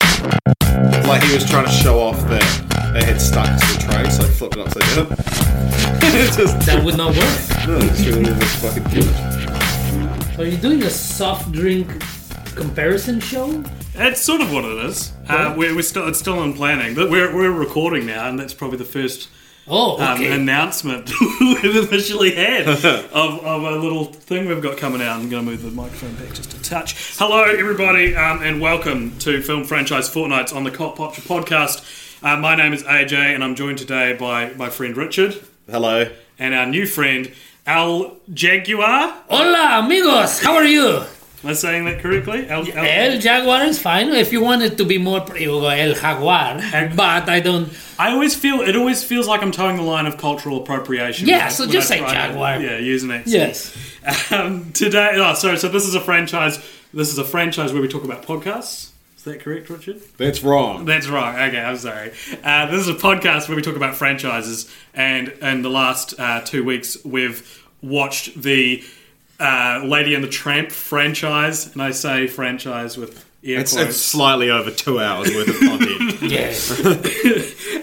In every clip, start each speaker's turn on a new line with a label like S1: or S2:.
S1: Like he was trying to show off that they had stuck to the tray, so he flipped it upside down. It's just
S2: That would not work.
S1: no, it's really this fucking gimmick.
S2: Are you doing a soft drink comparison show?
S3: That's sort of what it is. Uh, we're, we're still it's still in planning, but we're, we're recording now, and that's probably the first
S2: Oh,
S3: um,
S2: okay.
S3: announcement we've officially had of, of a little thing we've got coming out. I'm going to move the microphone back just a touch. Hello, everybody, um, and welcome to Film Franchise Fortnights on the Cop Popture podcast. Uh, my name is AJ, and I'm joined today by my friend Richard
S1: Hello.
S3: and our new friend Al Jaguar.
S2: Hola, amigos. How are you?
S3: Am I saying that correctly? Al, Al-
S2: El Jaguar is fine. If you want it to be more, you will go El Jaguar. But I don't.
S3: I always feel it always feels like I'm towing the line of cultural appropriation.
S2: Yeah,
S3: when I-
S2: so
S3: when
S2: just
S3: I
S2: say
S3: try to-
S2: Jaguar.
S3: yeah, use an accent.
S2: Yes.
S3: Um, today, oh, sorry. So this is a franchise. This is a franchise where we talk about podcasts. Is that correct, Richard?
S1: That's wrong.
S3: That's right. Okay, I'm sorry. Uh, this is a podcast where we talk about franchises, and in the last uh, two weeks, we've watched the uh, Lady and the Tramp franchise, and I say franchise with air
S1: It's,
S3: quotes.
S1: it's slightly over two hours worth of content.
S2: Yes.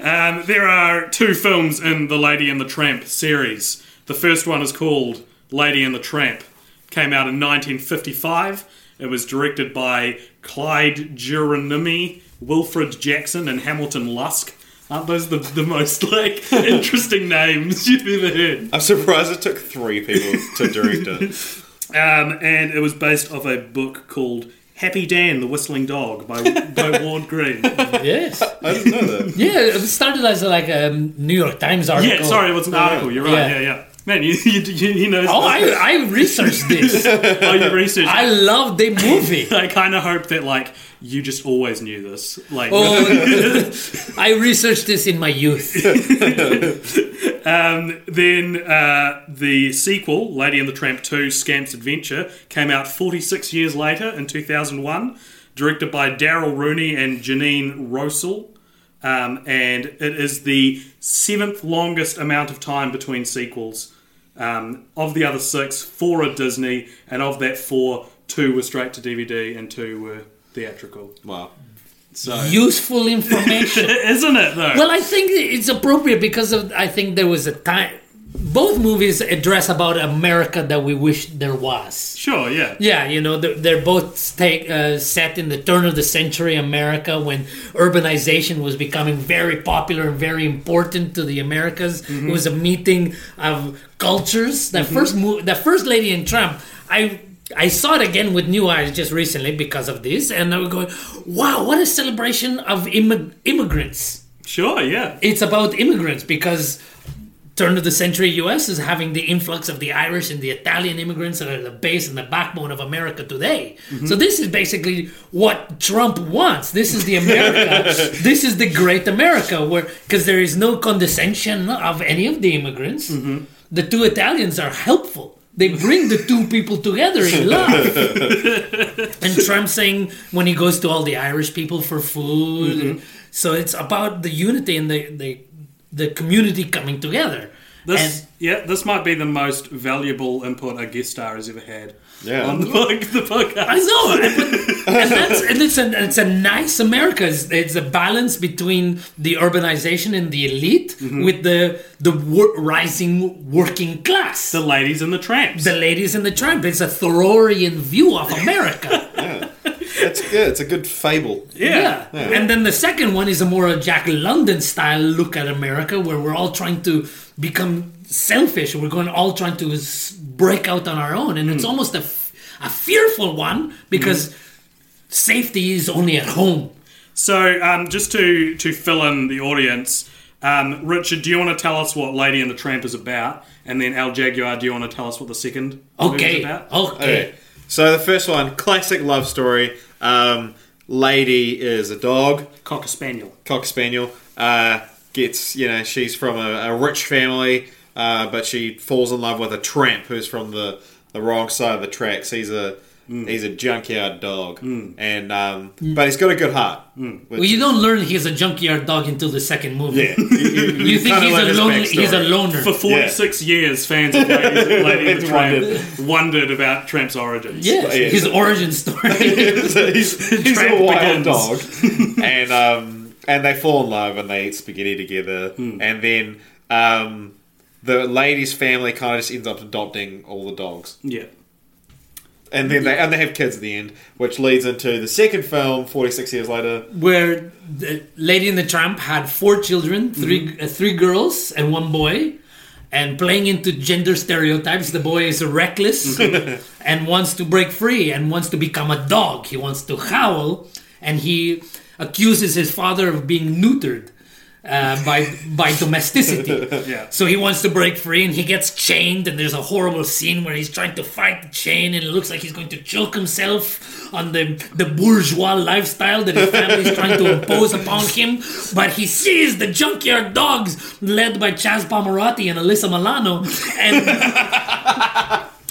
S3: Um, there are two films in the Lady and the Tramp series. The first one is called Lady and the Tramp. Came out in 1955. It was directed by Clyde Geronimi, Wilfred Jackson, and Hamilton Lusk. Aren't those the, the most like interesting names you've ever heard?
S1: I'm surprised it took three people to direct it.
S3: Um, and it was based off a book called Happy Dan, the Whistling Dog by, by Ward Green.
S2: yes.
S1: I didn't know that.
S2: Yeah, it started as like a New York Times article.
S3: Yeah, sorry, it was an article. You're right.
S2: Yeah.
S3: Oh. Yeah, yeah. Man, you, you, you, you know.
S2: Oh, I, I researched this.
S3: oh, you researched.
S2: I love the movie.
S3: I kind of hope that like you just always knew this. Like,
S2: Oh, I researched this in my youth.
S3: then uh, the sequel, Lady and the Tramp Two: Scamp's Adventure, came out 46 years later in 2001, directed by Daryl Rooney and Janine Rosell. Um, and it is the seventh longest amount of time between sequels. Um, of the other six, four are Disney, and of that four, two were straight to DVD and two were theatrical.
S1: Wow.
S2: Useful information.
S3: Isn't it though?
S2: Well, I think it's appropriate because of I think there was a time. Both movies address about America that we wish there was.
S3: sure, yeah.
S2: Yeah, you know, they're, they're both take, uh, set in the turn of the century America when urbanization was becoming very popular and very important to the Americas. It was a meeting of cultures. That first mo- that first Lady in Trump, I I saw it again with new eyes just recently because of this, and I was going, wow, what a celebration of immig- immigrants
S3: Sure, yeah.
S2: it's about immigrants because turn of the century US is having the influx of the Irish and the Italian immigrants that are the base and the backbone of America today. So this is basically what Trump wants. This is the America. this is the great America where because there is no condescension of any of the immigrants. The two Italians are helpful. They bring the two people together in love. And Trump saying when he goes to all the Irish people for food. So it's about the unity and the the, the community coming together.
S3: This
S2: and
S3: yeah, this might be the most valuable input a guest star has ever had.
S1: Yeah.
S3: On the, pod- the
S2: I
S3: podcast.
S2: know, and, but- and that's and it's a it's a nice America. It's, it's a balance between the urbanization and the elite with the the wor- rising working class.
S3: The ladies and the tramps.
S2: the ladies in the tramp. It's a Thoreauian view of America.
S1: It's, yeah, it's a good fable.
S3: yeah.
S2: And then the second one is a more Jack London style look at America where we're all trying to become selfish. We're going all trying to s- break out on our own. And it's almost a, f- a fearful one because safety is only at home.
S3: So um, just to to fill in the audience, Um, Richard, do you want to tell us what Lady and the Tramp is about? And then Al Jaguar, do you want to tell us what the second movie is
S2: Okay.
S3: about?
S2: Okay.
S1: So the first one, classic love story. Um, lady is a dog,
S3: Cocker Spaniel.
S1: cock spaniel. Uh, gets you know she's from a, a rich family, uh, but she falls in love with a tramp who's from the, the wrong side of the tracks. He's a he's a junkyard dog, and um, but he's got a good heart.
S2: Well, you don't learn he's a junkyard dog until the second movie.
S1: Yeah, you, you-
S2: You
S1: you
S2: think
S1: kinda
S2: he's
S1: learn
S2: a,
S1: his
S2: loner, he's a
S1: backstory.
S2: loner.
S3: For 46 years, fans of Lady, Lady and the Tramp wondered. about Tramp's origins.
S2: Yes,
S1: Yeah.
S2: his origin story.
S1: So he's, he's
S3: Tramp
S1: a wild
S3: begins.
S1: dog, and um, and they fall in love and they eat spaghetti together, and then um, the lady's family kind of just ends up adopting all the dogs,
S3: Yeah.
S1: and then they and they have kids at the end, which leads into the second film, forty six years later.
S2: where the Lady in the Tramp had four children, 3 uh, three girls and one boy, and playing into gender stereotypes. The boy is reckless and wants to break free and wants to become a dog. He wants to howl, and he accuses his father of being neutered. Uh, by by domesticity,
S3: Yeah.
S2: so he wants to break free and he gets chained. And there's a horrible scene where he's trying to fight the chain, and it looks like he's going to choke himself on the, the bourgeois lifestyle that his family is trying to impose upon him. But he sees the junkyard dogs led by Chaz Pomerati and Alyssa Milano, and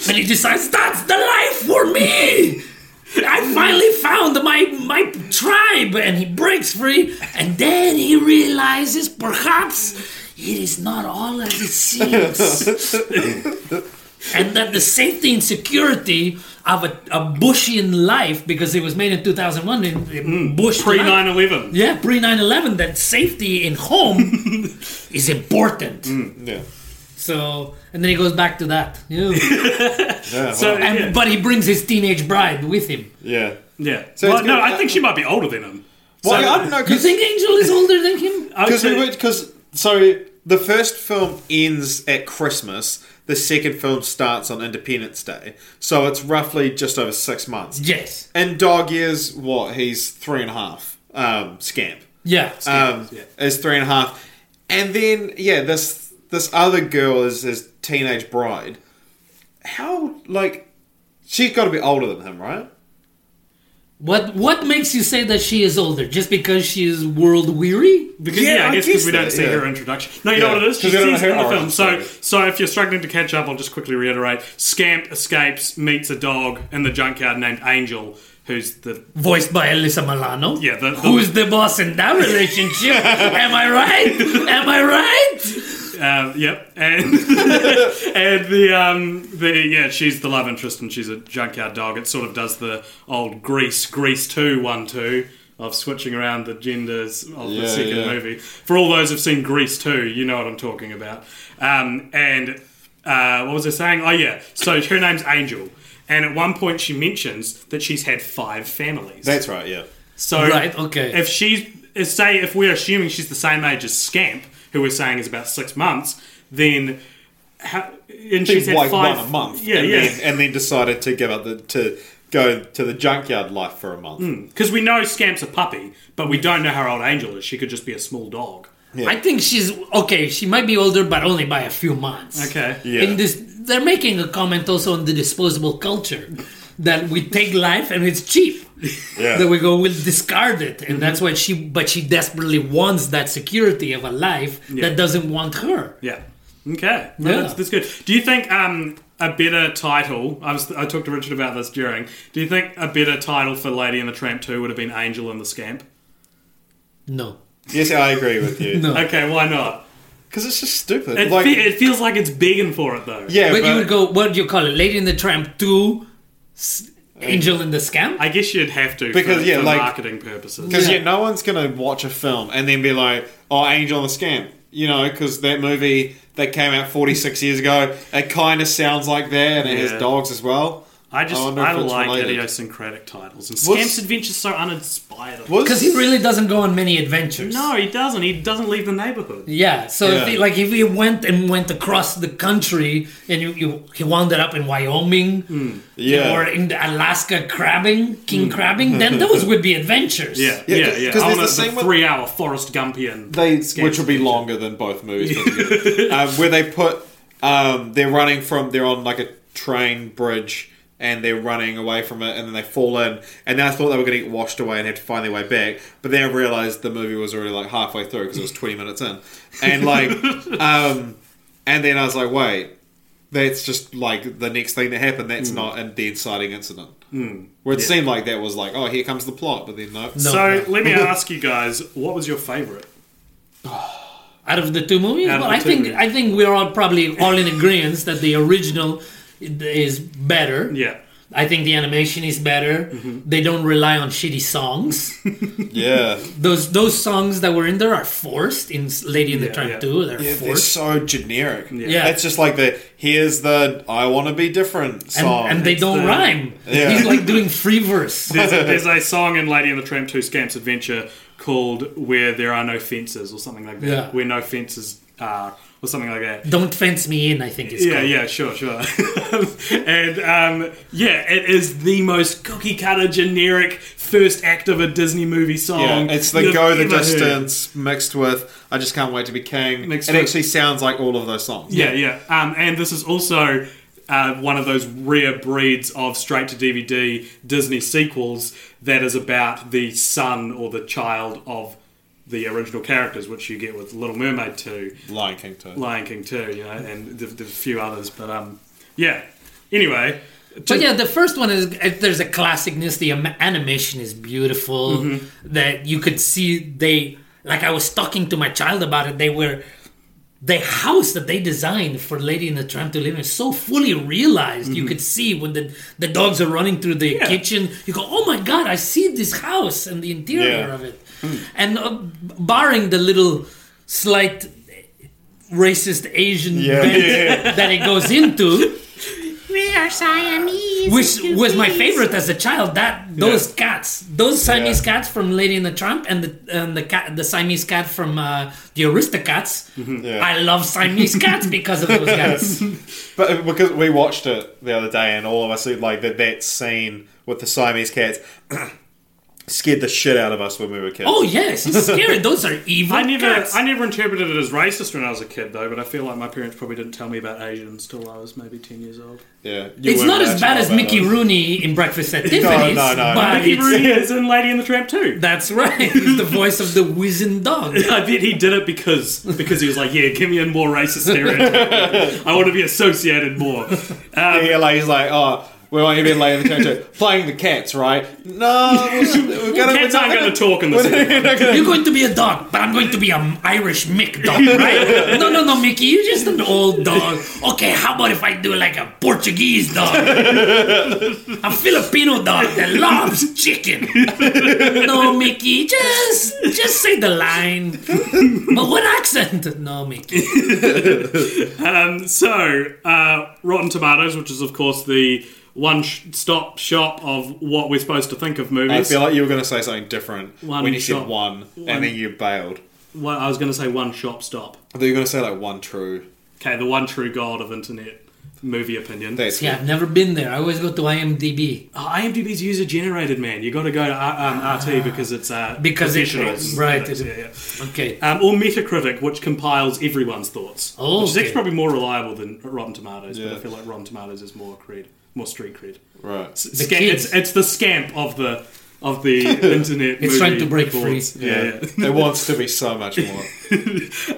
S2: and he decides that's the life for me. I finally found my my tribe, and he breaks free, and then he realizes perhaps it is not all as it seems, and that the safety and security of a, a Bushian life, because it was made in 2001 in, in Bush
S3: Pre
S2: life-
S3: 9 11.
S2: yeah, pre 9 11, that safety in home is important.
S1: Yeah,
S2: So, and then he goes back to that. Yeah.
S1: yeah,
S3: So,
S1: well,
S2: And,
S3: yeah.
S2: But he brings his teenage bride with him.
S1: yeah.
S3: yeah.
S1: So
S3: well,
S1: it's
S3: no,
S1: gonna-
S3: I think she might be older than him.
S1: Well,
S3: So-
S1: I don't know
S2: You
S1: because
S2: think Angel is older than him?
S3: I would
S1: Because we
S3: say-
S1: were because so the first film ends at Christmas. The second film starts on Independence Day, so it's roughly just over six months.
S2: Yes.
S1: And dog is what he's three and a half. Um, scamp.
S2: Yeah.
S1: Um,
S3: yeah.
S1: is three and a half, and then yeah, this this other girl is his teenage bride. How like she's got to be older than him, right?
S2: What What makes you say that she is older? Just because she is world weary?
S3: Because, yeah, I guess because we don't see
S1: yeah.
S3: her introduction. No, you know
S1: Yeah,
S3: what it is? She
S1: 'cause we don't
S3: sees
S1: know
S3: her in
S1: her
S3: the film.
S1: origin
S3: So,
S1: story.
S3: so if you're struggling to catch up, I'll just quickly reiterate. Scamp escapes, meets a dog in the junkyard named Angel, who's the
S2: Voiced by Alyssa Milano.
S3: Yeah, the- the-
S2: Who's the boss in that relationship? Am I right? Am I right?
S3: uh, yep, and and the um the yeah she's the love interest and she's a junkyard dog. It sort of does the old Grease Grease two one two of switching around the genders of
S1: Yeah,
S3: the second
S1: yeah.
S3: movie. For all those who've seen Grease two, you know what I'm talking about. Um, and uh, what was I saying? Oh yeah, so her name's Angel. And at one point, she mentions that she's had five families.
S1: That's right. Yeah.
S3: So
S2: Right, okay.
S3: If she's if say if we're assuming she's the same age as Scamp, who we're saying is about six months, then how, and she's
S1: she's
S3: had
S1: like
S3: five
S1: one a month.
S3: Yeah,
S1: and
S3: yeah.
S1: Then, and then decided to give up the to go to the junkyard life for a month.
S3: Because we know Scamp's a puppy, but we don't know how old Angel is. She could just be a small dog.
S2: I think she's okay. She might be older, but only by a few months.
S3: Okay.
S1: Yeah.
S2: In this, they're making a comment also on the disposable culture that we take life and it's cheap.
S1: Yeah.
S2: That we go, we'll discard it, and that's why she. But she desperately wants that security of a life that doesn't want her.
S3: Yeah. Okay. No,
S2: Yeah.
S3: That's, that's good. Do you think um, a better title? I was I talked to Richard about this during. Do you think a better title for Lady and the Tramp Two would have been Angel and the Scamp?
S2: No.
S1: Yes, I agree with you.
S2: No.
S3: Okay, why not?
S1: Because it's just stupid.
S3: It,
S1: like,
S3: fe- it feels like it's begging for it though.
S1: yeah,
S2: but,
S1: but,
S2: you would go, what do you call it? Lady in the Tramp 2, S- Angel in the Scamp?
S3: I guess you'd have to
S1: Because,
S3: for,
S1: yeah,
S3: for
S1: like-
S3: marketing purposes.
S1: because
S2: Yeah.
S1: yeah. no one's gonna watch a film and then be like, "Oh, Angel and the Scamp," you know, because that movie that came out forty six years ago, it kind of sounds like that, and it
S3: Yeah.
S1: has dogs as well.
S3: I just
S1: I wonder
S3: I,
S1: if it's
S3: like
S1: related.
S3: idiosyncratic titles, and
S1: What's-
S3: Scamp's Adventure's so uninspired.
S1: Was-
S2: Because he really doesn't go on many adventures.
S3: No, he doesn't. He doesn't leave the neighborhood.
S2: Yeah, so
S1: Yeah.
S2: If he, like if he went and went across the country and you, you, he wound up in Wyoming
S3: Hmm.
S1: Yeah.
S2: or in Alaska crabbing, king crabbing, then those would be adventures.
S3: Yeah,
S1: Yeah,
S3: yeah, yeah.
S1: 'cause- 'cause
S3: I
S1: there's
S3: want
S1: the
S3: a
S1: same with-
S3: three-hour Forrest Gumpian.
S1: they
S3: Scamps
S1: which will be
S3: Adventure.
S1: longer than both movies put together. um, where they put um, they're running from they're on like a train bridge and they're running away from it and then they fall in and then I thought they were going to get washed away and had to find their way back but then I realized the movie was already like halfway through because it was 20 minutes in and like um, and then I was like wait that's just like the next thing that happened that's not in the inciting incident where it seemed like that was like oh here comes the plot but then no,
S2: No.
S3: So let me ask you guys, what was your favorite?
S2: Out of the two movies,
S3: Out of
S2: well,
S3: the
S2: I
S3: two
S2: think
S3: movies.
S2: I think we're all probably all in agreement that the original is better.
S3: Yeah, Mm-hmm.
S2: I think the animation is better. They don't rely on shitty songs.
S1: yeah
S2: those those songs that were in there are forced in Lady in the
S3: Yeah,
S2: Tramp
S3: yeah.
S2: 2. They're
S1: Yeah, they're
S2: forced.
S1: so generic.
S2: Yeah.
S1: It's just like the here's the I want to be different
S2: and,
S1: song.
S2: and they don't
S3: the-
S2: rhyme.
S1: Yeah.
S2: He's like doing free verse.
S3: there's a, there's a song in Lady and the Tramp 2 Scamps Adventure called Where There Are No Fences or something like that.
S2: Yeah.
S3: Where No Fences Are or something like that.
S2: Don't fence me in. I think it's
S3: Yeah,
S2: called.
S3: yeah, sure, sure. and um, yeah, it is the most cookie cutter generic first act of a Disney movie
S1: yeah,
S3: song.
S1: it's the
S3: you've
S1: go the
S3: ever heard.
S1: distance mixed with I just can't wait to be king.
S3: Mixed
S1: it
S3: with-
S1: actually sounds like all of those songs.
S3: Yeah, yeah. Um, and this is also uh, one of those rare breeds of straight to DVD Disney sequels that is about the son or the child of the original characters, which you get with Little Mermaid 2,
S1: Lion King too.
S3: Lion King 2, you know, and the, the few others. But um, yeah. Anyway. to-
S2: But yeah, the first one is uh, there's a classicness. The am- animation is beautiful.
S3: Mm-hmm.
S2: That you could see they like I was talking to my child about it. They were the house that they designed for Lady in the Tramp to live in is so fully realized. You could see when the the dogs are running through the
S3: Mm-hmm. Yeah.
S2: kitchen. You go, oh my god, I see this house and the interior
S1: Yeah.
S2: of it.
S3: Mm.
S2: And uh, barring the little slight racist Asian
S1: Yeah.
S2: bent
S1: Yeah.
S2: that it goes into
S4: We are Siamese.
S2: which
S4: and
S2: was my
S4: Siamese.
S2: favorite as a child. That those cats, those Siamese cats from Lady and the Tramp, and the and the cat, the Siamese cat from uh, the Aristocats.
S1: Mm-hmm. Yeah.
S2: I love Siamese cats because of those cats.
S1: But uh, because we watched it the other day and all of us like that that scene with the Siamese cats scared the shit out of us when we were kids.
S2: Oh yes, it's scary. Those are evil
S3: I never,
S2: cats.
S3: I never interpreted it as racist when I was a kid, though. But I feel like my parents probably didn't tell me about Asians till I was maybe ten years old.
S1: yeah. You
S2: it's
S1: weren't
S2: not as
S1: rational
S2: bad as
S1: about
S2: Mickey
S1: those.
S2: Rooney in Breakfast at Tiffany's,
S1: no, no.
S2: but
S1: Mickey
S3: Mickey
S2: it's-
S3: Rooney is in Lady and the Tramp too.
S2: that's right. He's the voice of the wizened dog.
S3: I bet he did it because because he was like, yeah, give me a more racist stereotype. I want to be associated more. Um,
S1: Yeah, like he's like, oh, we want you to be like the character playing the cats, right? No, we're we're gonna.
S3: cats
S1: we're
S3: aren't
S1: not
S3: going to talk in this.
S1: We're not gonna-
S2: You're going to be a dog, but I'm going to be an Irish Mick dog, right? no, no, no, Mickey, you're just an old dog. Okay, how about if I do like a Portuguese dog? a Filipino dog that loves chicken. no, Mickey, just just say the line. but what accent? No, Mickey.
S3: So, uh, Rotten Tomatoes, which is of course the one-stop shop of what we're supposed to think of
S1: I
S3: movies.
S1: feel like you were going to say something different
S3: One
S1: when you
S3: shot.
S1: said one, and then you bailed.
S3: well, I was going to say one shop stop.
S1: I thought you were going to say like one true.
S3: Okay, the one true god of internet movie opinion.
S1: That's
S2: Yeah, I've never been there. I always go to IMDb
S3: Oh, IMDb's user generated, man. You got to go to uh, um, RT because it's uh,
S2: Ah. because it's
S3: professionals.
S2: right.
S3: Yeah, yeah.
S2: Okay.
S3: Um, or Metacritic, which compiles everyone's thoughts.
S2: Oh,
S3: which is
S2: okay.
S3: actually probably more reliable than Rotten Tomatoes, but
S1: Yeah.
S3: I feel like Rotten Tomatoes is more cred, more street cred.
S1: right.
S3: It's, scam-
S2: kids.
S3: it's, it's the scamp of the of the internet.
S2: It's trying
S3: movie
S2: to break
S3: boards.
S2: free.
S3: Yeah.
S1: Yeah.
S3: yeah.
S1: it wants to be so much more.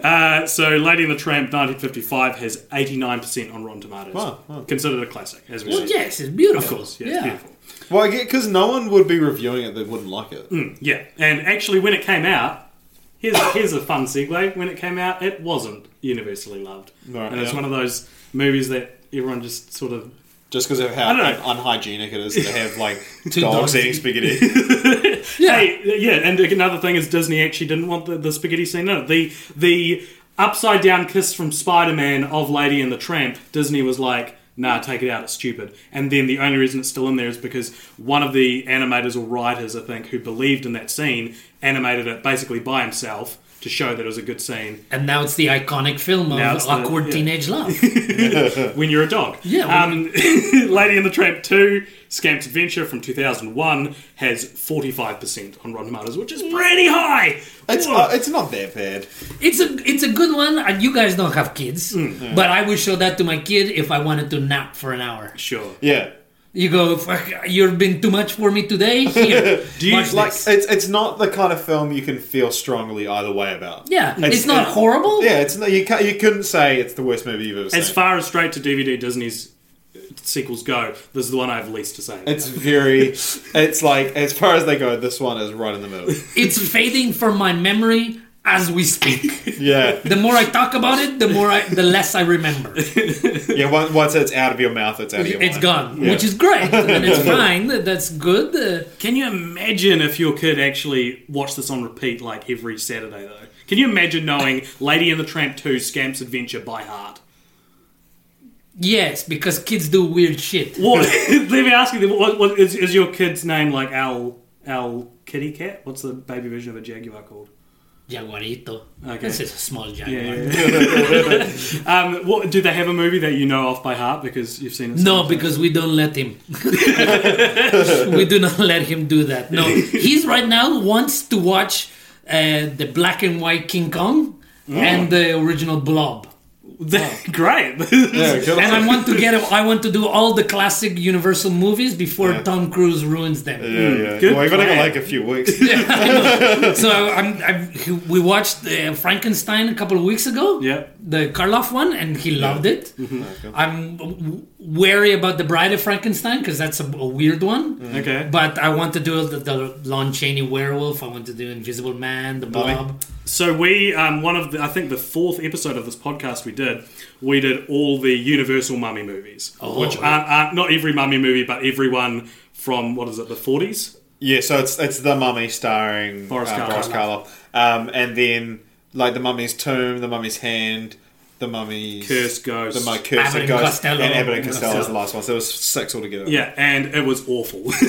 S3: Uh, so, Lady and the Tramp, 1955, has 89% on Rotten Tomatoes.
S1: Wow, wow.
S3: Considered a classic, as we
S2: Well,
S3: said.
S2: yes, it's beautiful.
S3: Of course, yeah,
S2: yeah.
S3: it's beautiful.
S1: Well, I get because no one would be reviewing it that wouldn't like it.
S3: Yeah, and actually, when it came out, here's here's a fun segue. When it came out, it wasn't universally loved,
S1: Right,
S3: and it's
S1: yeah.
S3: one of those movies that everyone just sort of
S1: Just because of how
S3: I don't know.
S1: un- unhygienic it is to have like dogs,
S2: dogs.
S1: eating spaghetti.
S2: Yeah.
S3: Hey, yeah, and another thing is Disney actually didn't want the, the spaghetti scene. No, the the upside down kiss from Spider Man of Lady and the Tramp. Disney was like, nah, take it out, it's stupid. And then the only reason it's still in there is because one of the animators or writers, I think, who believed in that scene, animated it basically by himself to show that it was a good scene
S2: And now it's the iconic film of
S3: Now it's the-
S2: awkward
S3: yeah.
S2: teenage love.
S3: when you're a dog.
S2: Yeah,
S3: Um, Lady in the Tramp 2, Scamp's Adventure from 2001, has 45% on Rotten Tomatoes, which is pretty high.
S1: It's,
S3: Whoa.
S1: uh, it's not that bad.
S2: It's a it's a good one, and you guys don't have kids, but I would show that to my kid if I wanted to nap for an hour.
S3: Sure.
S1: Yeah.
S2: You go, fuck, you've been too much for me today. Here, do
S3: you
S1: Like it's it's not the kind of film you can feel strongly either way about.
S2: Yeah, it's,
S1: It's-
S2: not
S1: it-
S2: horrible.
S1: Yeah, it's not, you can't, you couldn't say it's the worst movie you've ever seen.
S3: As far as straight to DVD Disney's sequels go, this is the one I have least to say.
S1: it's very, it's like as far as they go, this one is right in the middle.
S2: It's fading from my memory as we speak.
S1: Yeah,
S2: the more I talk about it, the more I, the less I remember.
S1: yeah. Once, once it's out of your mouth, it's out of your.
S2: It's
S1: mind.
S2: gone,
S1: Yeah.
S2: which is great, and it's fine. That's good. Uh,
S3: Can you imagine if your kid actually watched this on repeat like every Saturday though? Can you imagine knowing Lady and the Tramp 2 Scamp's Adventure by heart?
S2: yes, because kids do weird shit.
S3: What, let me ask you, then, what, what, is, is your kid's name like Al, Al Kitty Cat? What's the baby version of a jaguar called?
S2: Jaguarito.
S3: Okay.
S2: This is a small jaguar.
S3: Um, what, do they have a movie that you know off by heart because you've seen it? so
S2: No,
S3: much?
S2: because we don't let him. we do not let him do that. No, he's right now wants to watch uh, the black and white King Kong and the original Blob.
S3: great.
S1: Yeah, good
S2: And I
S1: on-
S2: want to get him. I want to do all the classic Universal movies before Tom Cruise ruins them.
S1: Yeah, yeah.
S3: Good
S1: well, we've only got
S3: plan.
S1: like a few weeks.
S2: So I'm, I'm, we watched uh, Frankenstein a couple of weeks ago.
S3: Yeah.
S2: the Karloff one, and he loved it. I'm w- wary about the Bride of Frankenstein because that's a, a weird one.
S3: Okay.
S2: But I want to do the, the Lon Chaney werewolf. I want to do Invisible Man, the Blob.
S3: So we, um, one of the, I think the fourth episode of this podcast we did, we did all the Universal Mummy movies, which aren't, aren't not every Mummy movie, but every one from what is it, the forties?
S1: Yeah, so it's it's the Mummy starring
S3: Boris
S1: uh,
S3: Karloff.
S1: Boris Karloff, um, and then like the Mummy's Tomb, the Mummy's Hand, the Mummy's
S3: Curse Ghost.
S1: the Mummy Curse
S2: Abbott and
S1: Ghost,
S2: Costello.
S1: and Abbott and Costello is the last one. So it was six altogether.
S3: Yeah, and it was awful.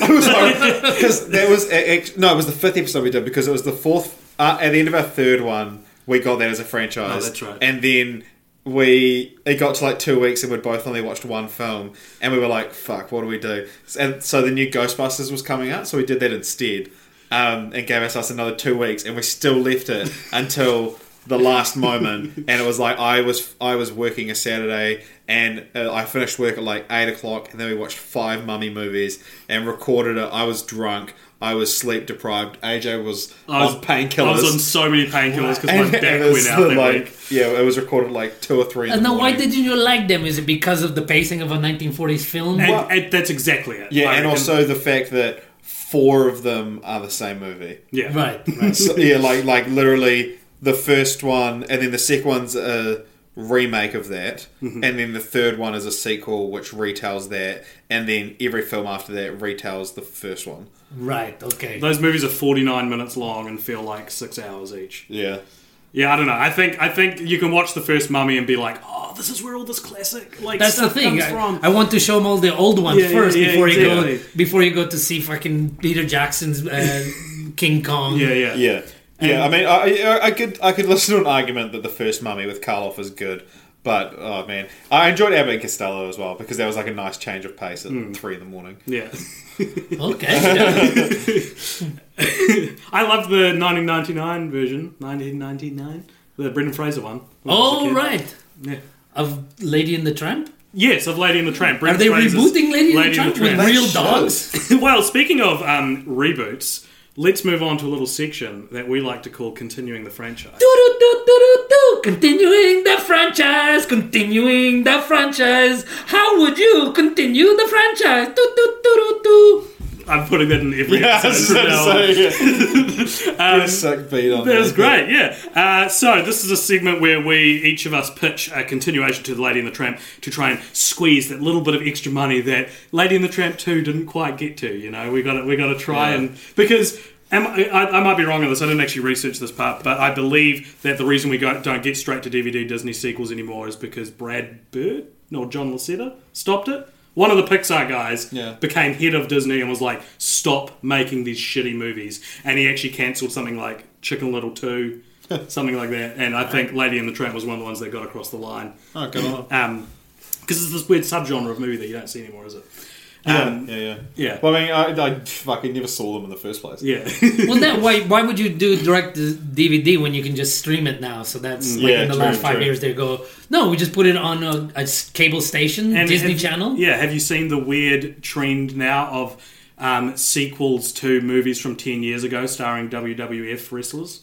S1: because that was a- act- no, it was the fifth episode we did because it was the fourth uh, at the end of our third one. We got that as a franchise.
S3: Oh, that's right.
S1: And then we it got to like two weeks and we'd both only watched one film and we were like, "Fuck, what do we do?" And so the new Ghostbusters was coming out, so we did that instead, um, and gave us another two weeks, and we still left it until. The last moment, and it was like I was I was working a Saturday, and uh, I finished work at like eight o'clock, and then we watched five mummy movies and recorded it. I was drunk, I was sleep deprived. AJ was,
S3: I was
S1: on painkillers.
S3: I was on so many painkillers because my
S1: and
S3: back
S1: it was
S3: went out. that
S1: like
S3: week.
S1: yeah, it was recorded like two or three. in
S2: And
S1: the
S2: now, why
S1: morning.
S2: didn't you like them? Is it because of the pacing of a 1940s film?
S3: And,
S1: Well-
S3: and that's exactly it.
S1: yeah,
S3: I
S1: and
S3: reckon-
S1: also the fact that four of them are the same movie.
S3: yeah,
S2: right, right.
S1: So, yeah, like like literally the first one, and then the second one's a remake of that,
S3: Mm-hmm.
S1: and then the third one is a sequel which retells that, and then every film after that retells the first one.
S2: right, okay.
S3: Those movies are forty nine minutes long and feel like six hours each.
S1: Yeah,
S3: Yeah, I don't know. I think I think you can watch the first Mummy and be like, oh, this is where all this classic like
S2: That's the
S3: stuff
S2: thing.
S3: comes
S2: I,
S3: from.
S2: I want to show him all the old ones
S3: Yeah, yeah,
S2: first
S3: yeah,
S2: before you go
S3: exactly.
S2: before you go to see fucking Peter Jackson's uh, King Kong.
S3: yeah, yeah,
S1: Yeah, yeah. I
S3: Um,
S1: mean, I, I- I could I could listen to an argument that the first Mummy with Karloff is good, but oh man, I enjoyed Abbott and Costello as well because that was like a nice change of pace at
S3: Hmm.
S1: three in the morning.
S3: yeah.
S2: Okay.
S3: I love the 1999 version, 1999, the Brendan Fraser one. when I was a
S2: All
S3: kid.
S2: Oh, right.
S3: Yeah.
S2: Of Lady and the Tramp?
S3: Yes, of Lady and the Tramp.
S2: Are
S3: Brendan
S2: they
S3: Fraser's
S2: rebooting Lady, and the Tramp, with
S1: They
S2: real
S1: should.
S2: dogs?
S3: well, speaking of um, reboots, let's move on to a little section that we like to call continuing the franchise.
S2: Do-do-do-do-do-do. Continuing the franchise, continuing the franchise. How would you continue the franchise? Do-do-do-do-do.
S3: I'm putting that in every
S1: Yeah,
S3: episode. from now on.
S1: Get
S3: Um,
S1: a sick beat on
S3: That was great, yeah. Uh, so this is a segment where we each of us pitch a continuation to the Lady and the Tramp to try and squeeze that little bit of extra money that Lady and the Tramp two didn't quite get to. You know, we got to we got to try and because. am I, I, I might be wrong on this. I didn't actually research this part, but I believe that the reason we go, don't get straight to DVD Disney sequels anymore is because Brad Bird no, John Lasseter, stopped it. One of the Pixar guys
S1: Yeah.
S3: became head of Disney and was like, stop making these shitty movies. And he actually cancelled something like Chicken Little 2, something like that. And I think Lady in the Tramp was one of the ones that got across the line.
S1: Oh, good on.
S3: Because it's this weird subgenre of movie that you don't see anymore, is it? Um,
S1: yeah, yeah,
S3: yeah.
S1: Well, I mean, I, I fucking never saw them in the first place.
S3: yeah.
S2: Well, that why why would you do direct to DVD when you can just stream it now? So that's like
S1: Yeah,
S2: in the
S1: true,
S2: last five
S1: true.
S2: years they go, no, we just put it on a, a s- cable station, Disney
S3: have-
S2: Channel.
S3: Yeah, have you seen the weird trend now of um, sequels to movies from 10 years ago starring WWF wrestlers?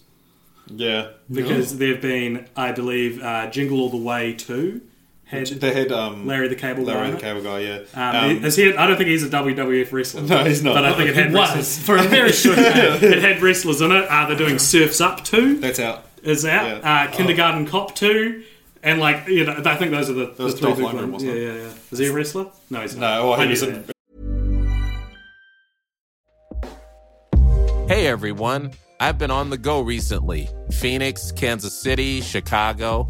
S1: yeah.
S3: Because there have been, I believe, uh, Jingle All the Way 2 had
S1: They had um,
S3: Larry the Cable Guy.
S1: Larry
S3: in
S1: the
S3: it.
S1: Cable Guy. Yeah.
S3: Um,
S1: Um,
S3: is he, I don't think he's a WWF wrestler.
S1: No, he's not.
S3: But I think it had
S2: It
S3: wrestlers.
S2: was for a very short time.
S3: It had wrestlers in it. Uh, they're doing Surfs Up 2
S1: that's out.
S3: is out.
S1: Yeah. Oh.
S3: Uh, Kindergarten Cop 2. And like, you know, I think those are the,
S1: Those
S3: the
S1: Dolph
S3: big
S1: Lundgren,
S3: ones.
S1: wasn't
S3: Yeah,
S1: it?
S3: yeah, yeah. Is he a wrestler? No, he's not.
S1: No, well,
S3: I
S1: he
S3: knew
S1: was
S3: that.
S1: in
S5: Hey everyone, I've been on the go recently Phoenix, Kansas City, Chicago.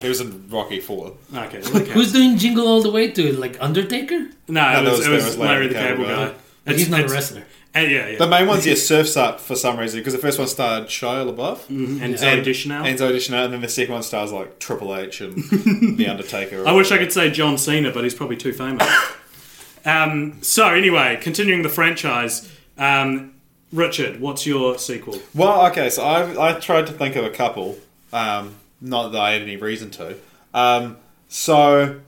S1: He was in Rocky Four.
S3: Okay. well, okay.
S2: Who's doing Jingle All the Way to like Undertaker?
S3: No,
S1: No,
S3: it
S1: that
S3: was,
S1: was-
S3: it
S1: that
S3: was
S1: was
S3: Larry the Cable Guy. It's-
S2: He's not a
S3: it's-
S2: wrestler.
S3: Uh, yeah, yeah.
S1: The main ones, yeah, Surfs Up for some reason because the first one starred Shia LaBeouf
S3: and Zoe
S1: and
S3: Deschanel.
S1: and Zoe Deschanel, and then the second one stars like Triple H and The Undertaker.
S3: I wish I could say John Cena, but he's probably too famous. um, so anyway, continuing the franchise, um, Richard, what's your sequel?
S1: Well, okay, so I I tried to think of a couple. Um, not that I had any reason to. Um, so,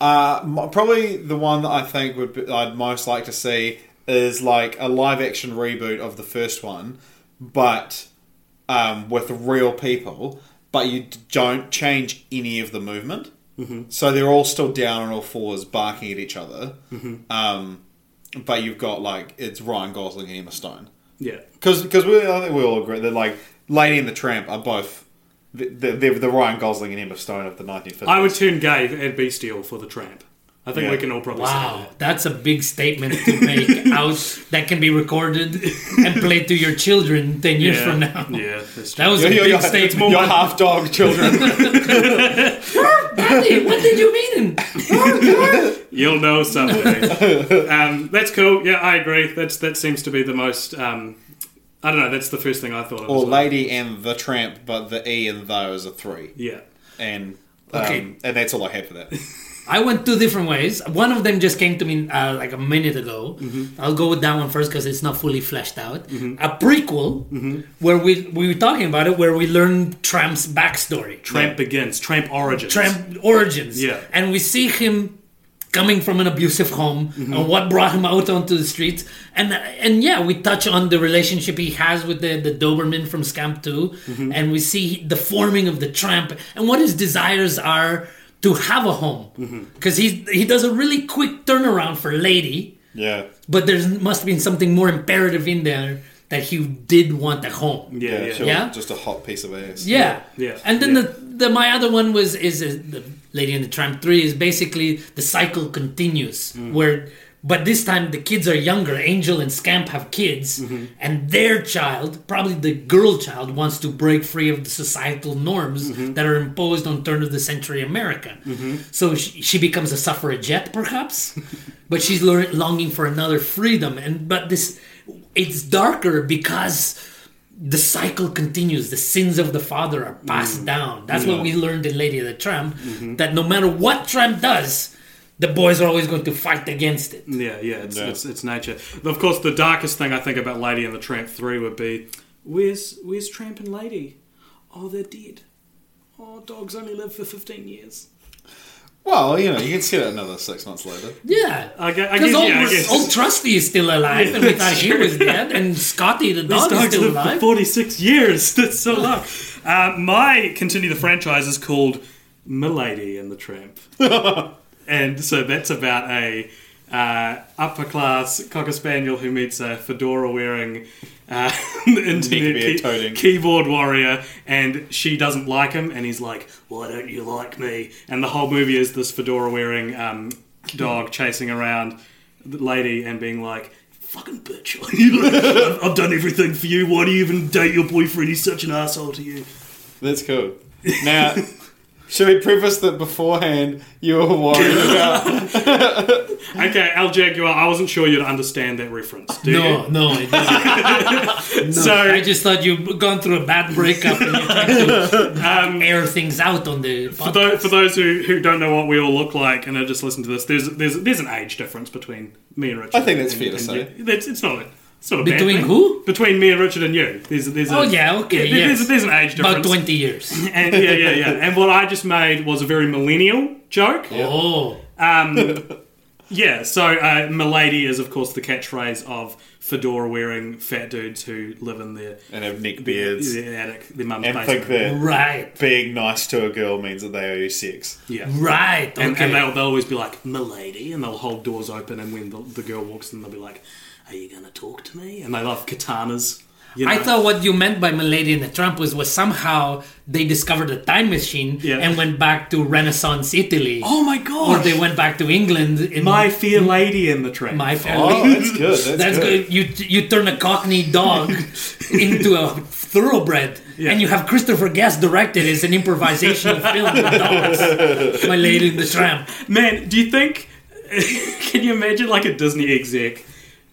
S1: uh, m- probably the one that I think would be, I'd most like to see is like a live action reboot of the first one, but um, with real people, but you d- don't change any of the movement. Mm-hmm. So they're all still down on all fours, barking at each other. Um, but you've got like it's Ryan Gosling and Emma Stone.
S3: Yeah.
S1: Because we, I think we all agree that like Lady and the Tramp are both the the, the Ryan Gosling and Emma Stone of the 1950s.
S3: I would turn gay and bestial for the tramp. I think
S1: Yeah.
S3: we can all probably say
S2: Wow,
S3: that.
S2: that's a big statement to make out that can be recorded and played to your children ten years
S3: Yeah.
S2: from now.
S3: Yeah, that's true.
S2: That was a
S1: You're, you're,
S2: big
S1: you're,
S2: statement.
S1: you're half dog children.
S2: Daddy, what did you mean?
S3: You'll know something. um, that's cool. Yeah, I agree. That's that seems to be the most. Um, I don't know. That's the first thing I thought of.
S1: or
S3: as well.
S1: Lady and the Tramp, but the E and the is a three.
S3: Yeah.
S1: And um,
S2: Okay.
S1: and that's all I had for that.
S2: I went two different ways. One of them just came to me uh, like a minute ago. I'll go with that one first because it's not fully fleshed out. A prequel where we we were talking about it, where we learn Tramp's backstory,
S3: Tramp begins. Tramp origins.
S2: Tramp origins,
S3: Yeah.
S2: and we see him coming from an abusive home
S3: Mm-hmm.
S2: and what brought him out onto the streets. And and yeah, we touch on the relationship he has with the the Doberman from Scamp 2
S3: Mm-hmm.
S2: and we see the forming of the tramp and what his desires are to have a home
S3: Mm-hmm.
S2: because he he does a really quick turnaround for Lady
S1: yeah.
S2: but there must have been something more imperative in there that he did want a home.
S3: Yeah. Yeah.
S1: sure,
S2: Yeah?
S1: Just a hot piece of ass.
S2: Yeah.
S3: Yeah, yeah,
S2: And then
S3: yeah.
S2: the, the my other one was is, is the Lady and the Tramp three is basically the cycle continues
S3: Mm-hmm.
S2: where but this time the kids are younger. Angel and Scamp have kids,
S3: Mm-hmm.
S2: and their child, probably the girl child, wants to break free of the societal norms
S3: Mm-hmm.
S2: that are imposed on turn of the century America. So she, she becomes a suffragette, perhaps, but she's lear- longing for another freedom. And but this, it's darker because the cycle continues. The sins of the father are passed
S3: Mm-hmm.
S2: down. That's what we learned in Lady of the Tramp. That no matter what Tramp does, the boys are always going to fight against it.
S3: Yeah, yeah, it's, It's, it's nature. Of course, the darkest thing I think about Lady and the Tramp 3 would be where's where's Tramp and Lady? Oh, they're dead. Oh, dogs only live for 15 years.
S1: Well, you know, you can see that another six months later.
S2: Yeah.
S3: I gue- I
S2: Because
S3: guess-
S2: old,
S3: yeah, I guess.
S2: old Trusty is still alive, and we thought he was dead, and Scotty the
S3: These
S2: dog is
S3: dogs
S2: still
S3: live
S2: alive.
S3: for 46 years. That's so long. Uh, my continue the franchise is called Milady and the Tramp. and so that's about a uh, upper class cocker spaniel who meets a fedora wearing uh, internet
S1: Neckbeard
S3: key-
S1: toting.
S3: keyboard warrior, and she doesn't like him, and he's like, "Why don't you like me?" And the whole movie is this fedora wearing um, dog chasing around the lady and being like. Fucking bitch! I've- I've done everything for you. Why do you even date your boyfriend? He's such an asshole to you.
S1: That's cool. Now, should we preface that beforehand you were worried about?
S3: Okay, Al Jaguar, I wasn't sure you'd understand that reference. Do
S2: No, no, it doesn't.
S3: you? So
S2: I just thought you've gone through a bad breakup and you're trying to air things out on the
S3: Um, for
S2: podcast.
S3: those, for those who, who don't know what we all look like and are just listening to this, there's there's there's an age difference between me and Richard.
S1: I think that's
S3: and,
S1: fair to
S3: and
S1: say.
S3: you. That's- it's not a, it's not a
S2: Between
S3: bad thing.
S2: who?
S3: Between me and Richard and you. There's, there's a,
S2: Oh, yeah, okay,
S3: there- There's,
S2: yes.
S3: there's an age difference.
S2: about 20 years.
S3: And, yeah, yeah, yeah. And what I just made was a very millennial joke.
S2: Oh,
S3: Yeah, so uh, Milady is, of course, the catchphrase of fedora wearing fat dudes who live in their,
S1: And have neck
S3: their
S1: beards
S3: attic, their mum's
S1: and
S3: basement.
S1: think that
S2: right,
S1: being nice to a girl means that they owe you sex.
S3: Yeah.
S2: right. Okay.
S3: And, and they'll, they'll always be like, milady, and they'll hold doors open, and when the, the girl walks in, they'll be like, are you going to talk to me? And they love katanas. You know?
S2: I thought what you meant by Milady and the Trump was, was somehow they discovered a time machine
S3: Yeah.
S2: and went back to Renaissance Italy.
S3: oh my
S2: or
S3: god!
S2: they went back to England. In
S3: my fair lady in the train.
S2: my family.
S1: Oh, that's good. That's,
S2: That's
S1: good.
S2: good. You you turn a Cockney dog into a thoroughbred, and you have Christopher Guest direct it as an improvisational film with dogs. My Lady in the Tramp.
S3: Man, do you think? can you imagine like a Disney exec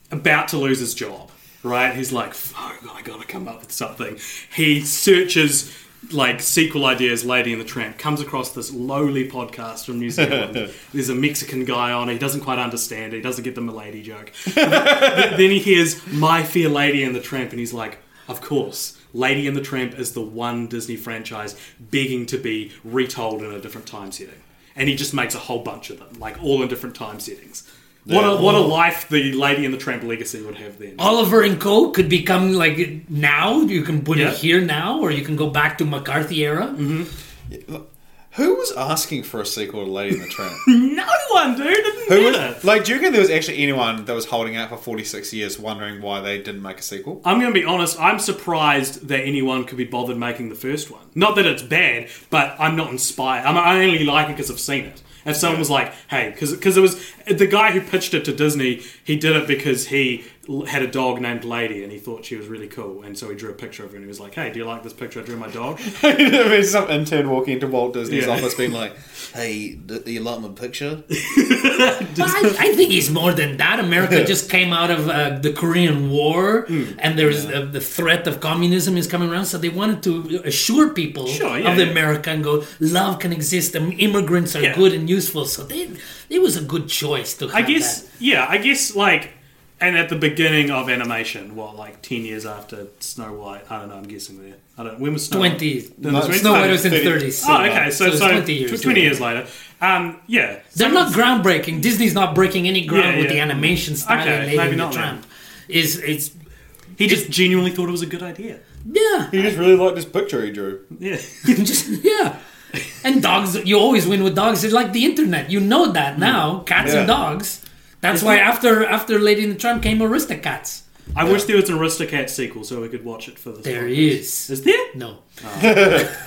S3: about to lose his job? Right? He's like, "Fuck, I gotta come up with something." He searches like sequel ideas. Lady in the Tramp comes across this lowly podcast from New Zealand. There's a Mexican guy on. it. He doesn't quite understand. it. He doesn't get the Milady joke. then he hears My Fair Lady and the Tramp, and he's like, of course. Lady and the Tramp is the one Disney franchise begging to be retold in a different time setting. And he just makes a whole bunch of them, like all in different time settings. What, a, what a life the Lady and the Tramp legacy would have then.
S2: Oliver and Co. could become like now. You can put
S3: Yeah.
S2: it here now, or you can go back to McCarthy era.
S1: Who was asking for a sequel to Lady in the Tramp?
S3: No one, dude! Didn't
S1: Who
S3: do
S1: was,
S3: that.
S1: like, do you reckon there was actually anyone that was holding out for 46 years wondering why they didn't make a sequel?
S3: I'm going to be honest, I'm surprised that anyone could be bothered making the first one. Not that it's bad, but I'm not inspired. I'm, I only like it because I've seen it. If someone was like, hey, because it was the guy who pitched it to Disney, he did it because he l- had a dog named Lady and he thought she was really cool. And so he drew a picture of her and he was like, hey, do you like this picture I drew of my dog?
S1: There's some intern walking into Walt Disney's
S3: Yeah.
S1: office being like, hey, do you like my picture?
S2: But I, I think it's more than that. America just came out of uh, the Korean War,
S3: Hmm.
S2: and there's uh, the threat of communism is coming around. So they wanted to assure people
S3: Sure, yeah,
S2: of the
S3: yeah.
S2: America and go, love can exist, and immigrants are
S3: Yeah.
S2: good and useful. So they, it was a good choice to. Have
S3: I guess,
S2: that.
S3: yeah, I guess like, and at the beginning of animation, what, like 10 years after Snow White? I don't know, I'm guessing there. I don't, when was Snow White?
S2: 20.
S3: Then there's
S2: Snow White was in
S1: 30.
S2: 30s.
S3: Oh, okay.
S2: So
S3: So,
S2: it's
S3: so,
S2: 20
S3: 20
S2: years
S3: years,
S2: later.
S3: later. Um, yeah.
S2: They're not groundbreaking. Disney's not breaking any ground
S3: Yeah,
S2: with the
S3: yeah.
S2: animation style
S3: Okay,
S2: and Lady
S3: maybe
S2: and the
S3: not then.
S2: Tramp. Is it's
S3: He just genuinely thought it was a good idea.
S2: yeah.
S1: You just really like this picture he drew.
S3: Yeah.
S2: just yeah. And dogs, you always win with dogs. It's like the internet. You know that now. Cats and
S1: Yeah.
S2: dogs. That's why after after Lady in the Tramp came Aristocats.
S3: I wish there was an Aristocat sequel so we could watch it for this.
S2: There
S3: podcast.
S2: is.
S3: Is there?
S2: No.
S1: There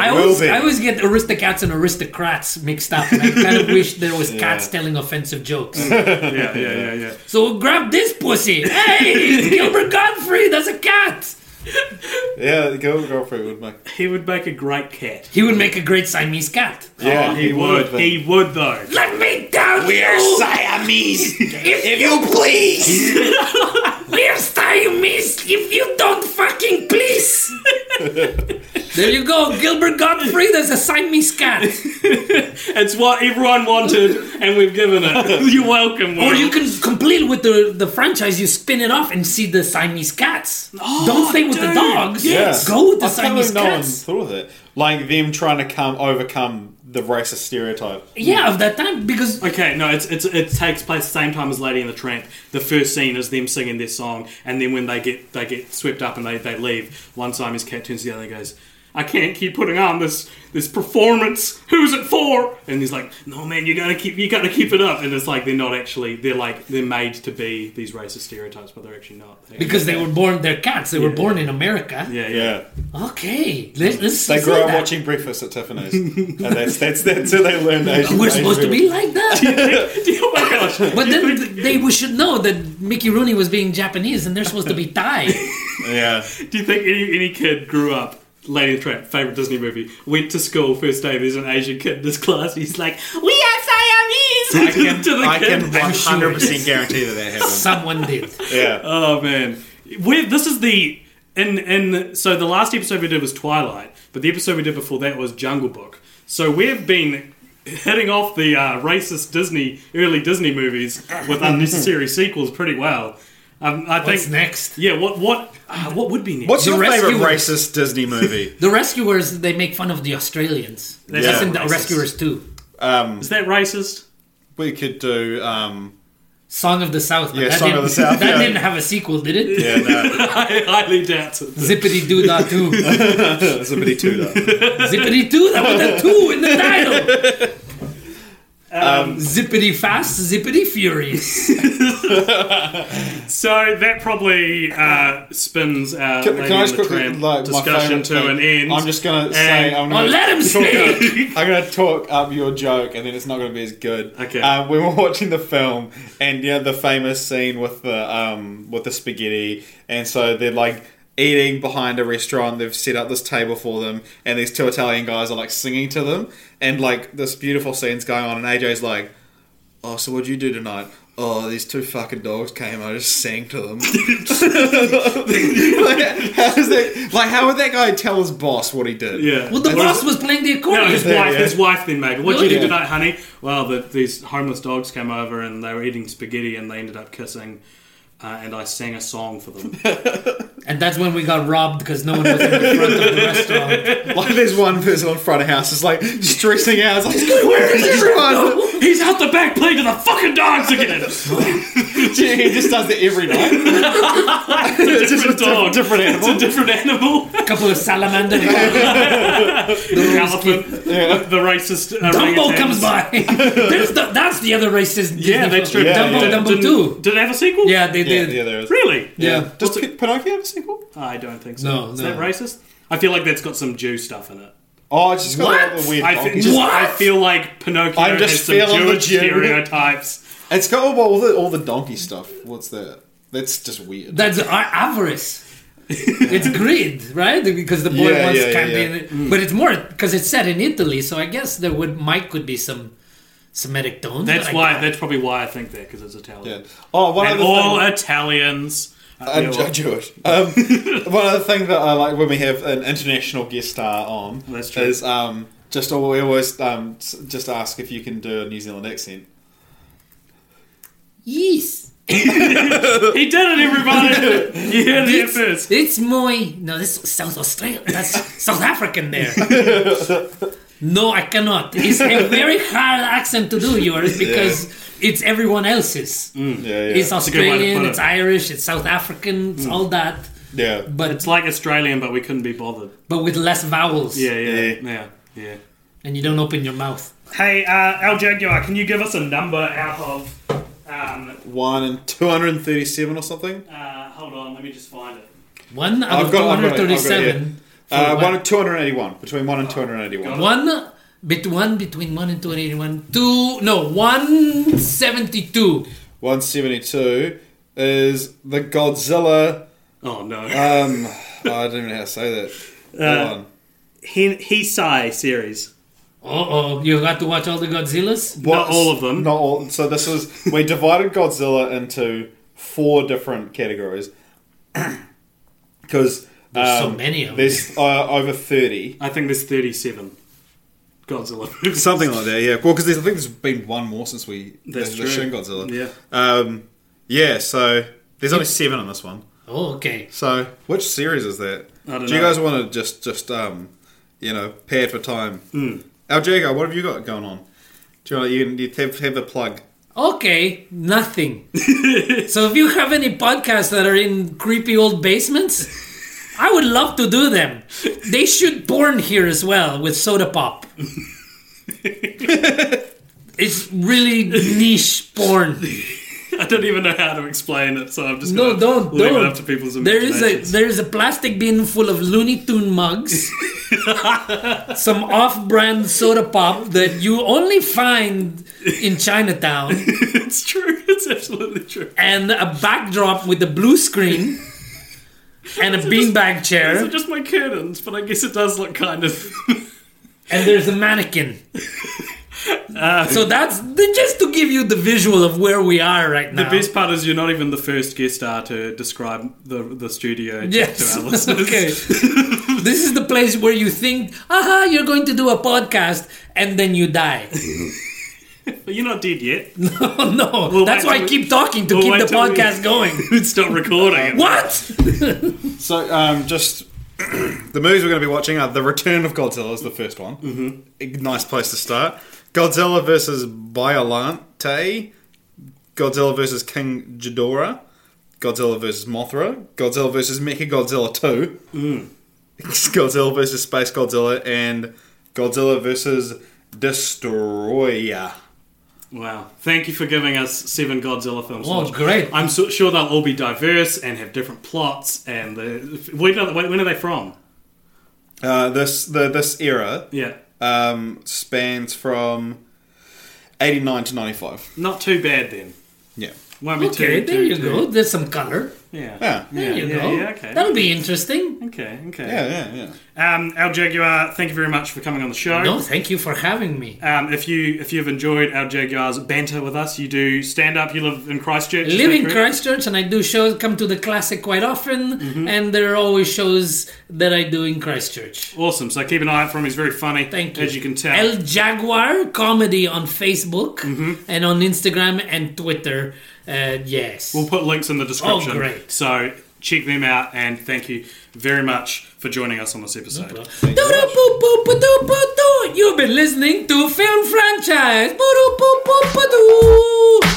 S2: I
S1: will
S2: always,
S1: be.
S2: I always get Aristocats and Aristocrats mixed up. And I kind of wish there was cats telling offensive jokes.
S3: Yeah, yeah, yeah, yeah.
S2: so grab this pussy. Hey, it's Gilbert Godfrey, that's a cat.
S1: yeah, the girl girlfriend would make.
S3: He would make a great cat.
S2: He would make a great Siamese cat.
S1: Yeah,
S3: Oh, he, would.
S1: but-
S3: He would though.
S2: Let me down. We're
S6: Siamese, if you please.
S2: We're Siamese if you don't fucking please. there you go, Gilbert Gottfried as a Siamese cat.
S3: It's what everyone wanted, and we've given it. You're welcome.
S2: Or
S3: world.
S2: you can complete with the, the franchise, you spin it off and see the Siamese cats. don't stay with the
S3: Oh, dude.
S2: dogs.
S1: Yeah.
S2: Go with the
S1: I can't believe
S2: Siamese
S1: no one
S2: cats.
S1: thought of that. Like them trying to come overcome the racist stereotype.
S2: Yeah, of that time because
S3: Okay, no, it's, it's it takes place the same time as Lady and the Tramp. The first scene is them singing their song, and then when they get they get swept up and they, they leave, one Siamese cat turns to the other and goes, I can't keep putting on this this performance. Who's it for?" And he's like, "No, man, you gotta keep you gotta keep it up." And it's like they're not actually they're like they're made to be these racist stereotypes, but they're actually not. They-
S2: Because they were born, they're cats. They were born in America.
S3: yeah, yeah.
S1: Yeah.
S2: Okay, let, let's
S1: They
S2: say
S1: grew up
S2: that.
S1: watching Breakfast at Tiffany's. and that's, that's, that's how they learned Asian
S2: We're
S1: Asian
S2: supposed to
S1: people.
S2: be like that.
S3: oh my gosh!
S2: But then they we should know that Mickey Rooney was being Japanese and they're supposed to be Thai.
S1: Yeah.
S3: Do you think any, any kid grew up, Lady and the Tramp, favourite Disney movie, went to school first day, there's an Asian kid in his class, he's like, We are
S1: I
S3: Siamese!
S1: can,
S3: to the
S1: I can
S3: kid.
S1: 100% guarantee that that happened.
S2: Someone did.
S1: Yeah.
S2: Uh,
S3: Oh man, we this is the and and so the last episode we did was Twilight, but the episode we did before that was Jungle Book. So we've been hitting off the uh, racist Disney early Disney movies with unnecessary sequels pretty well. Um, I
S2: What's
S3: think
S2: next?
S3: Yeah, what what uh, what would be next?
S1: What's
S2: The
S1: your favourite
S2: Rescuers.
S1: racist Disney movie?
S2: The Rescuers, they make fun of the Australians. That's
S1: Yeah.
S2: in the
S3: Racist.
S2: Rescuers too.
S3: is that racist?
S1: we could do. Um,
S2: Song of the South. but
S1: Yeah,
S2: that
S1: Song of
S2: didn't-
S1: the South,
S2: That
S1: yeah.
S2: didn't have a sequel, did it?
S1: yeah, no.
S3: I highly doubt it.
S2: Zippity doo dah too.
S1: It's a bit of two, though.
S2: Zippity doo dah with a two in the title. Um, zippity fast, zippity furious.
S3: So that probably uh, spins our
S1: Can,
S3: Lady
S1: can I
S3: and
S1: just
S3: the
S1: quickly,
S3: Tramp
S1: like, my
S3: discussion
S1: favourite thing.
S3: to an end.
S1: I'm just going to say.
S3: And-
S1: I'm
S2: Oh,
S1: gonna
S2: let him
S1: talk up-
S2: speak.
S1: I'm going to talk up your joke, and then it's not going to be as good.
S3: Okay.
S1: Um, we were watching the film, and you know the famous scene with the um, with the spaghetti, and so they're like eating behind a restaurant. They've set up this table for them, and these two Italian guys are like singing to them, and like this beautiful scene's going on, and AJ's like, "Oh, so what'd you do tonight?" Oh, these two fucking dogs came. I just sang to them. like, how does that, like, how would that guy tell his boss what he did?
S3: yeah.
S2: Well, the boss was playing the
S3: No,
S2: accordion.
S3: his
S1: Yeah,
S3: wife.
S1: yeah.
S3: His wife then maybe. What would you do
S1: Yeah.
S3: tonight, honey? Well, the, these homeless dogs came over and they were eating spaghetti and they ended up kissing. Uh, and I sang a song for them.
S2: And that's when we got robbed because no one was in the front of the restaurant.
S1: Like there's one person on front of house is like stressing out. It's like, where is everyone?
S3: He's out the back playing to the fucking dogs again.
S1: he just does it every night.
S3: It's a different dog.
S1: different animal.
S3: It's a different animal.
S2: A couple of salamanders.
S3: Elephant. The racist. uh,
S2: Dumbo
S3: orangutans.
S2: comes by. There's the, that's the other racist.
S3: Yeah,
S2: Disney
S3: that's true.
S2: film.
S1: Yeah,
S2: Dumbo,
S1: yeah.
S2: Dumbo
S3: Did-
S2: Two.
S3: Did it have a sequel?
S2: Yeah, they
S1: Yeah,
S2: did.
S1: yeah, there is.
S3: Really?
S2: Yeah.
S1: Does P- Pinocchio have a sequel?
S3: Oh, I don't think so.
S2: No,
S3: Is
S2: no.
S3: that racist? I feel like that's got some Jew stuff in it.
S1: Oh, it's just got
S2: What?
S1: a lot of weird.
S3: I,
S1: I
S3: fe- just- I feel like Pinocchio
S1: I'm just
S3: has some
S1: feeling the
S3: Jewish
S1: Jew.
S3: stereotypes.
S1: It's got all, all the all the donkey stuff. What's that? That's just weird.
S2: That's our avarice. it's greed, right? Because the boy
S1: Yeah,
S2: wants
S1: yeah, yeah,
S2: candy,
S1: yeah.
S2: in it. but it's more because it's set in Italy, so I guess there would might could be some Semitic tones.
S3: That's
S2: but I
S3: why.
S2: doubt
S3: That's probably why I think that because it's Italian.
S1: yeah. Oh, one
S3: And
S1: other
S3: all
S1: thing.
S3: Italians.
S1: I'm
S3: Yeah,
S1: Ju-
S3: well,
S1: Jewish. Um, one other thing that I like when we have an international guest star on
S3: That's true.
S1: is um, just al- we always um, s- just ask if you can do a New Zealand accent.
S2: Yes,
S3: he did it, everybody. you heard it here first.
S2: it's my no. This is South Australia. That's South African there. No, I cannot. It's a very hard accent to do yours because it's everyone else's.
S1: Mm. Yeah, yeah,
S2: It's
S3: a good way to
S2: Australian,
S3: put it.
S2: it's Irish, it's South African,
S1: Mm.
S2: it's all that.
S1: yeah.
S2: But
S3: It's like Australian, but we couldn't be bothered.
S2: but with less vowels.
S3: Yeah, yeah,
S1: Yeah.
S3: yeah, yeah.
S2: And you don't open your mouth.
S3: Hey, uh, El Jaguar, can you give us a number out of? Um,
S1: one and 237 or something.
S3: uh, hold on, let me just find it.
S2: One out of
S1: I've got- I've got it, I've got it,
S2: 237.
S1: Uh,
S2: what?
S1: one and 281. Between one
S3: Oh,
S1: and 281.
S2: One, bet one between 1 and 281. Two, no, 172.
S1: 172 is the Godzilla.
S3: Oh no,
S1: Um, I don't even know how to say that.
S3: Uh,
S1: Hold on.
S3: he he Sai series.
S2: Uh oh, you got to watch all the Godzillas?
S3: Not all of them.
S1: Not all. So this is we divided Godzilla into four different categories because
S2: There's so many of them.
S1: There's uh, over thirty.
S3: I think there's 37 Godzilla movies.
S1: Something like that, yeah. Well, because I think there's been one more since we
S3: That's
S1: the
S3: true.
S1: Shin Godzilla.
S3: Yeah.
S1: Um, yeah. So there's only seven on this one.
S2: Oh, okay.
S1: So which series is that?
S3: I don't
S1: Do you
S3: know.
S1: guys want to just just um, you know, pad for time?
S3: Hmm.
S1: Al Jago, what have you got going on? Do you want you, you have, have a plug?
S2: Okay, nothing. so if you have any podcasts that are in creepy old basements, I would love to do them. They should born here as well with soda pop. it's really niche porn.
S3: I don't even know how to explain it, so I'm just
S2: No,
S3: gonna
S2: don't
S3: leave
S2: don't.
S3: it up to people's
S2: there is a
S3: imaginations.
S2: there is a plastic bin full of Looney Tune mugs, some off-brand soda pop that you only find in Chinatown,
S3: it's true. It's absolutely true.
S2: and a backdrop with a blue screen and a beanbag
S3: These
S2: chair,
S3: are just my curtains, but I guess it does look kind of.
S2: and there's a mannequin. Uh, so that's just to give you the visual of where we are right now.
S3: The best part is you're not even the first guest star to describe the the studio
S2: Yes.
S3: to our listeners.
S2: okay. this is the place where you think, aha, you're going to do a podcast and then you die.
S3: But you're not dead yet.
S2: oh no. That's
S3: wait
S2: why I
S3: till we-
S2: keep talking to
S3: we'll
S2: keep
S3: wait
S2: the
S3: till we-
S2: podcast going.
S3: It's not recording.
S2: What?
S1: So, um, just the movies we're going to be watching are The Return of Godzilla is the first one. Mm-hmm. Nice place to start. Godzilla versus Biolante. Godzilla versus King Ghidorah. Godzilla versus Mothra. Godzilla versus Mechagodzilla 2. Godzilla versus Space Godzilla and Godzilla versus Destroyer.
S3: Wow. Thank you for giving us seven Godzilla films. to
S2: Oh,
S3: watch.
S2: great.
S3: I'm so, sure they'll all be diverse and have different plots. And the, when, are, when are they from?
S1: Uh, this the this era
S3: Yeah.
S1: um, spans from 89 to 95.
S3: Not too bad then.
S1: Yeah.
S3: Won't be
S2: Okay,
S3: too,
S2: there
S3: too,
S2: you
S3: too-
S2: go. There's some color.
S3: Yeah.
S1: Yeah.
S3: Yeah,
S2: There you
S3: yeah,
S2: go.
S3: yeah, okay.
S2: That'll be interesting.
S3: Okay, okay.
S1: Yeah, yeah, yeah.
S3: Um, Al Jaguar, thank you very much for coming on the show.
S2: No, thank you for having me.
S3: Um, if you if you've enjoyed Al Jaguar's banter with us, you do stand up. You live in Christchurch.
S2: I
S3: is
S2: live
S3: that
S2: in
S3: correct?
S2: Christchurch and I do shows, come to the classic quite often,
S3: Mm-hmm.
S2: and there are always shows that I do in Christchurch.
S3: Awesome. So keep an eye out for him. He's very funny.
S2: Thank you.
S3: As you can tell. Mm-hmm.
S2: El Jaguar comedy on Facebook and on Instagram and Twitter. Uh, yes.
S3: We'll put links in the description.
S2: Oh, great.
S3: So check them out, and thank you very much for joining us on this episode.
S2: Do-do-boo-boo-ba-doo-boo-doo. You've been listening to Film Franchise. Boo-doo-boo-boo-ba-doo.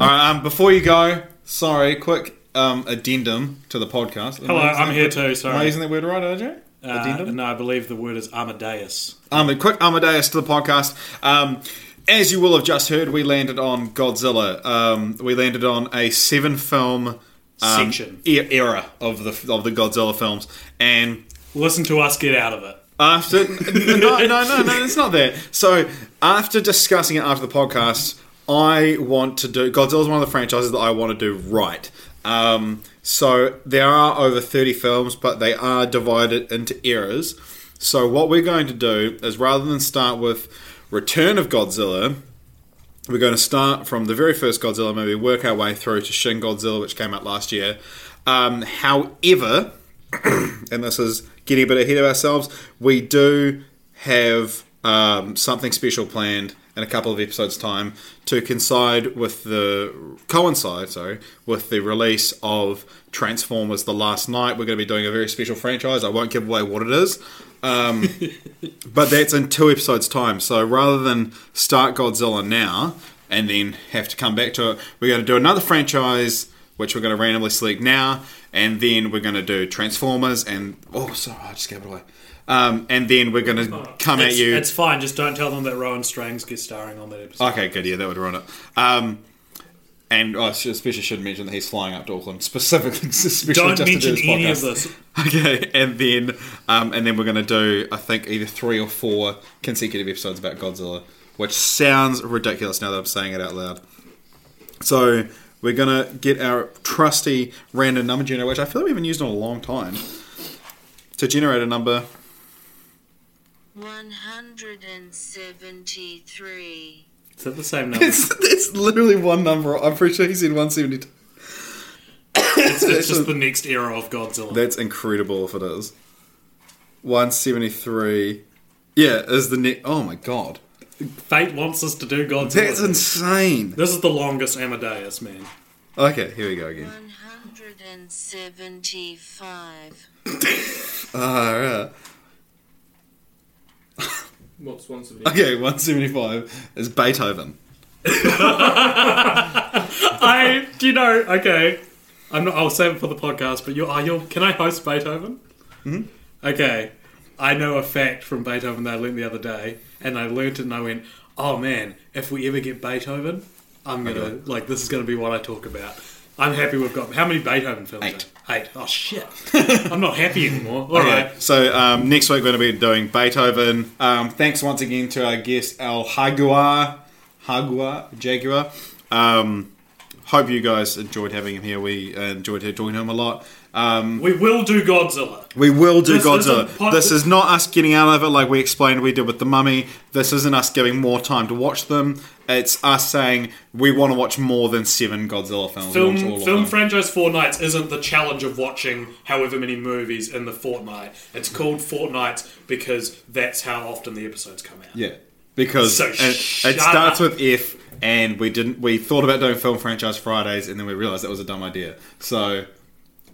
S1: All right, um, before you go, sorry, quick um, addendum to the podcast.
S3: Hello, I'm here too.
S1: Am I
S3: Sorry.
S1: using that word right, RJ?
S3: Uh, no, I believe the word is Amadeus.
S1: Um, a quick Amadeus to the podcast. Um, as you will have just heard, we landed on Godzilla. Um, we landed on a seven film um,
S3: Section.
S1: e- era of the of the Godzilla films, and
S3: Listen to us get out of it.
S1: After no, no, no, no, it's not that. So after discussing it after the podcast, I want to do Godzilla's one of the franchises that I want to do right. Um, so there are over thirty films, but they are divided into eras. So what we're going to do is rather than start with Return of Godzilla, we're going to start from the very first Godzilla movie, work our way through to Shin Godzilla, which came out last year. Um, however, and this is getting a bit ahead of ourselves, we do have um, something special planned in a couple of episodes' time to coincide with the coincide, sorry, with the release of Transformers: The Last Night. We're going to be doing a very special franchise. I won't give away what it is. Um, but that's in two episodes' time. So rather than start Godzilla now and then have to come back to it, we're going to do another franchise, which we're going to randomly select now, and then we're going to do Transformers, and oh, sorry, I just gave it away. Um, and then we're going to come
S3: It's,
S1: at you. Oh,
S3: it's fine. Just don't tell them that Rowan Strangs gets starring on that episode.
S1: Okay, good. Yeah, that would run it. Um, and I sh- especially should mention that he's flying up to Auckland specifically. especially
S3: don't
S1: just
S3: mention
S1: to do this
S3: any
S1: podcast.
S3: of this.
S1: Okay, and then um, and then we're going to do I think either three or four consecutive episodes about Godzilla, which sounds ridiculous now that I'm saying it out loud. So we're going to get our trusty random number generator, which I feel like we haven't used in a long time, to generate a number.
S7: 173.
S3: Is that the same number?
S1: It's, it's literally one number. I'm pretty sure he said 172.
S3: it's just the next era of Godzilla.
S1: That's incredible if it is. 173. Yeah, is the net. Oh my god.
S3: Fate wants us to do Godzilla.
S1: That's insane.
S3: this is the longest Amadeus, man.
S1: Okay, here we go again.
S7: 175.
S1: Alright.
S8: What's one seventy?
S1: Okay, 175 is Beethoven.
S3: I, you know, okay. I'm not. I'll save it for the podcast. But you are you? Can I host Beethoven?
S1: Hmm?
S3: Mm-hmm. Okay. I know a fact from Beethoven that I learned the other day, and I learnt it, and I went, "Oh man, if we ever get Beethoven, I'm gonna like this is gonna be what I talk about." I'm happy we've got how many Beethoven films?
S1: Eight.
S3: are- Eight. Oh shit! I'm not happy anymore. All right.
S1: Okay, So um, next week we're going to be doing Beethoven. Um, thanks once again to our guest Al Hagua, Hagua Jaguar. Um, hope you guys enjoyed having him here. We uh, enjoyed her talking to him a lot. Um,
S3: We will do Godzilla.
S1: we will do
S3: This
S1: Godzilla.
S3: isn't pod-
S1: this is not us getting out of it like we explained we did with the Mummy. This isn't us giving more time to watch them. It's us saying we want to watch more than seven Godzilla films. We
S3: Film
S1: want all of
S3: film
S1: them.
S3: franchise Four Nights isn't the challenge of watching however many movies in the fortnight. It's called fortnights because that's how often the episodes come out.
S1: Yeah, because
S3: So
S1: it,
S3: shut
S1: it starts
S3: up.
S1: with F, and we didn't. We thought about doing film franchise Fridays, and then we realized that was a dumb idea. So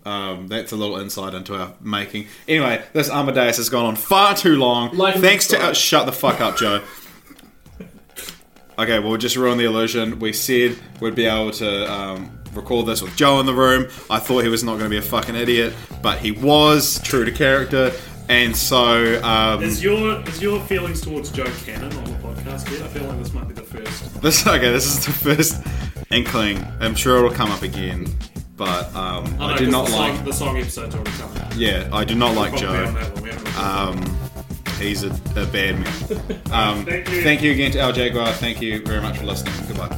S1: um, that's a little insight into our making. Anyway, this Amadeus has gone on far too long.
S3: Life of
S1: Thanks to
S3: Brian.
S1: uh, shut the fuck up, Joe. Okay, well, we just ruined the illusion. We said we'd be able to um, record this with Joe in the room. I thought he was not going to be a fucking idiot, but he was true to character, and so um,
S3: Is your is your feelings towards Joe Cannon on the podcast yet? I feel like this might be the first.
S1: This okay. This is the first inkling. I'm sure it'll come up again, but um,
S3: Oh, no,
S1: I do
S3: 'cause
S1: not
S3: the
S1: like.
S3: song, the song episode's already come out.
S1: Yeah, I do not like
S3: Probably on
S1: Joe. Uh,
S3: that one, we haven't-
S1: He's a, a bad man. Um,
S3: Thank you.
S1: Thank you again to Al Jaguar. Thank you very much for listening. Goodbye.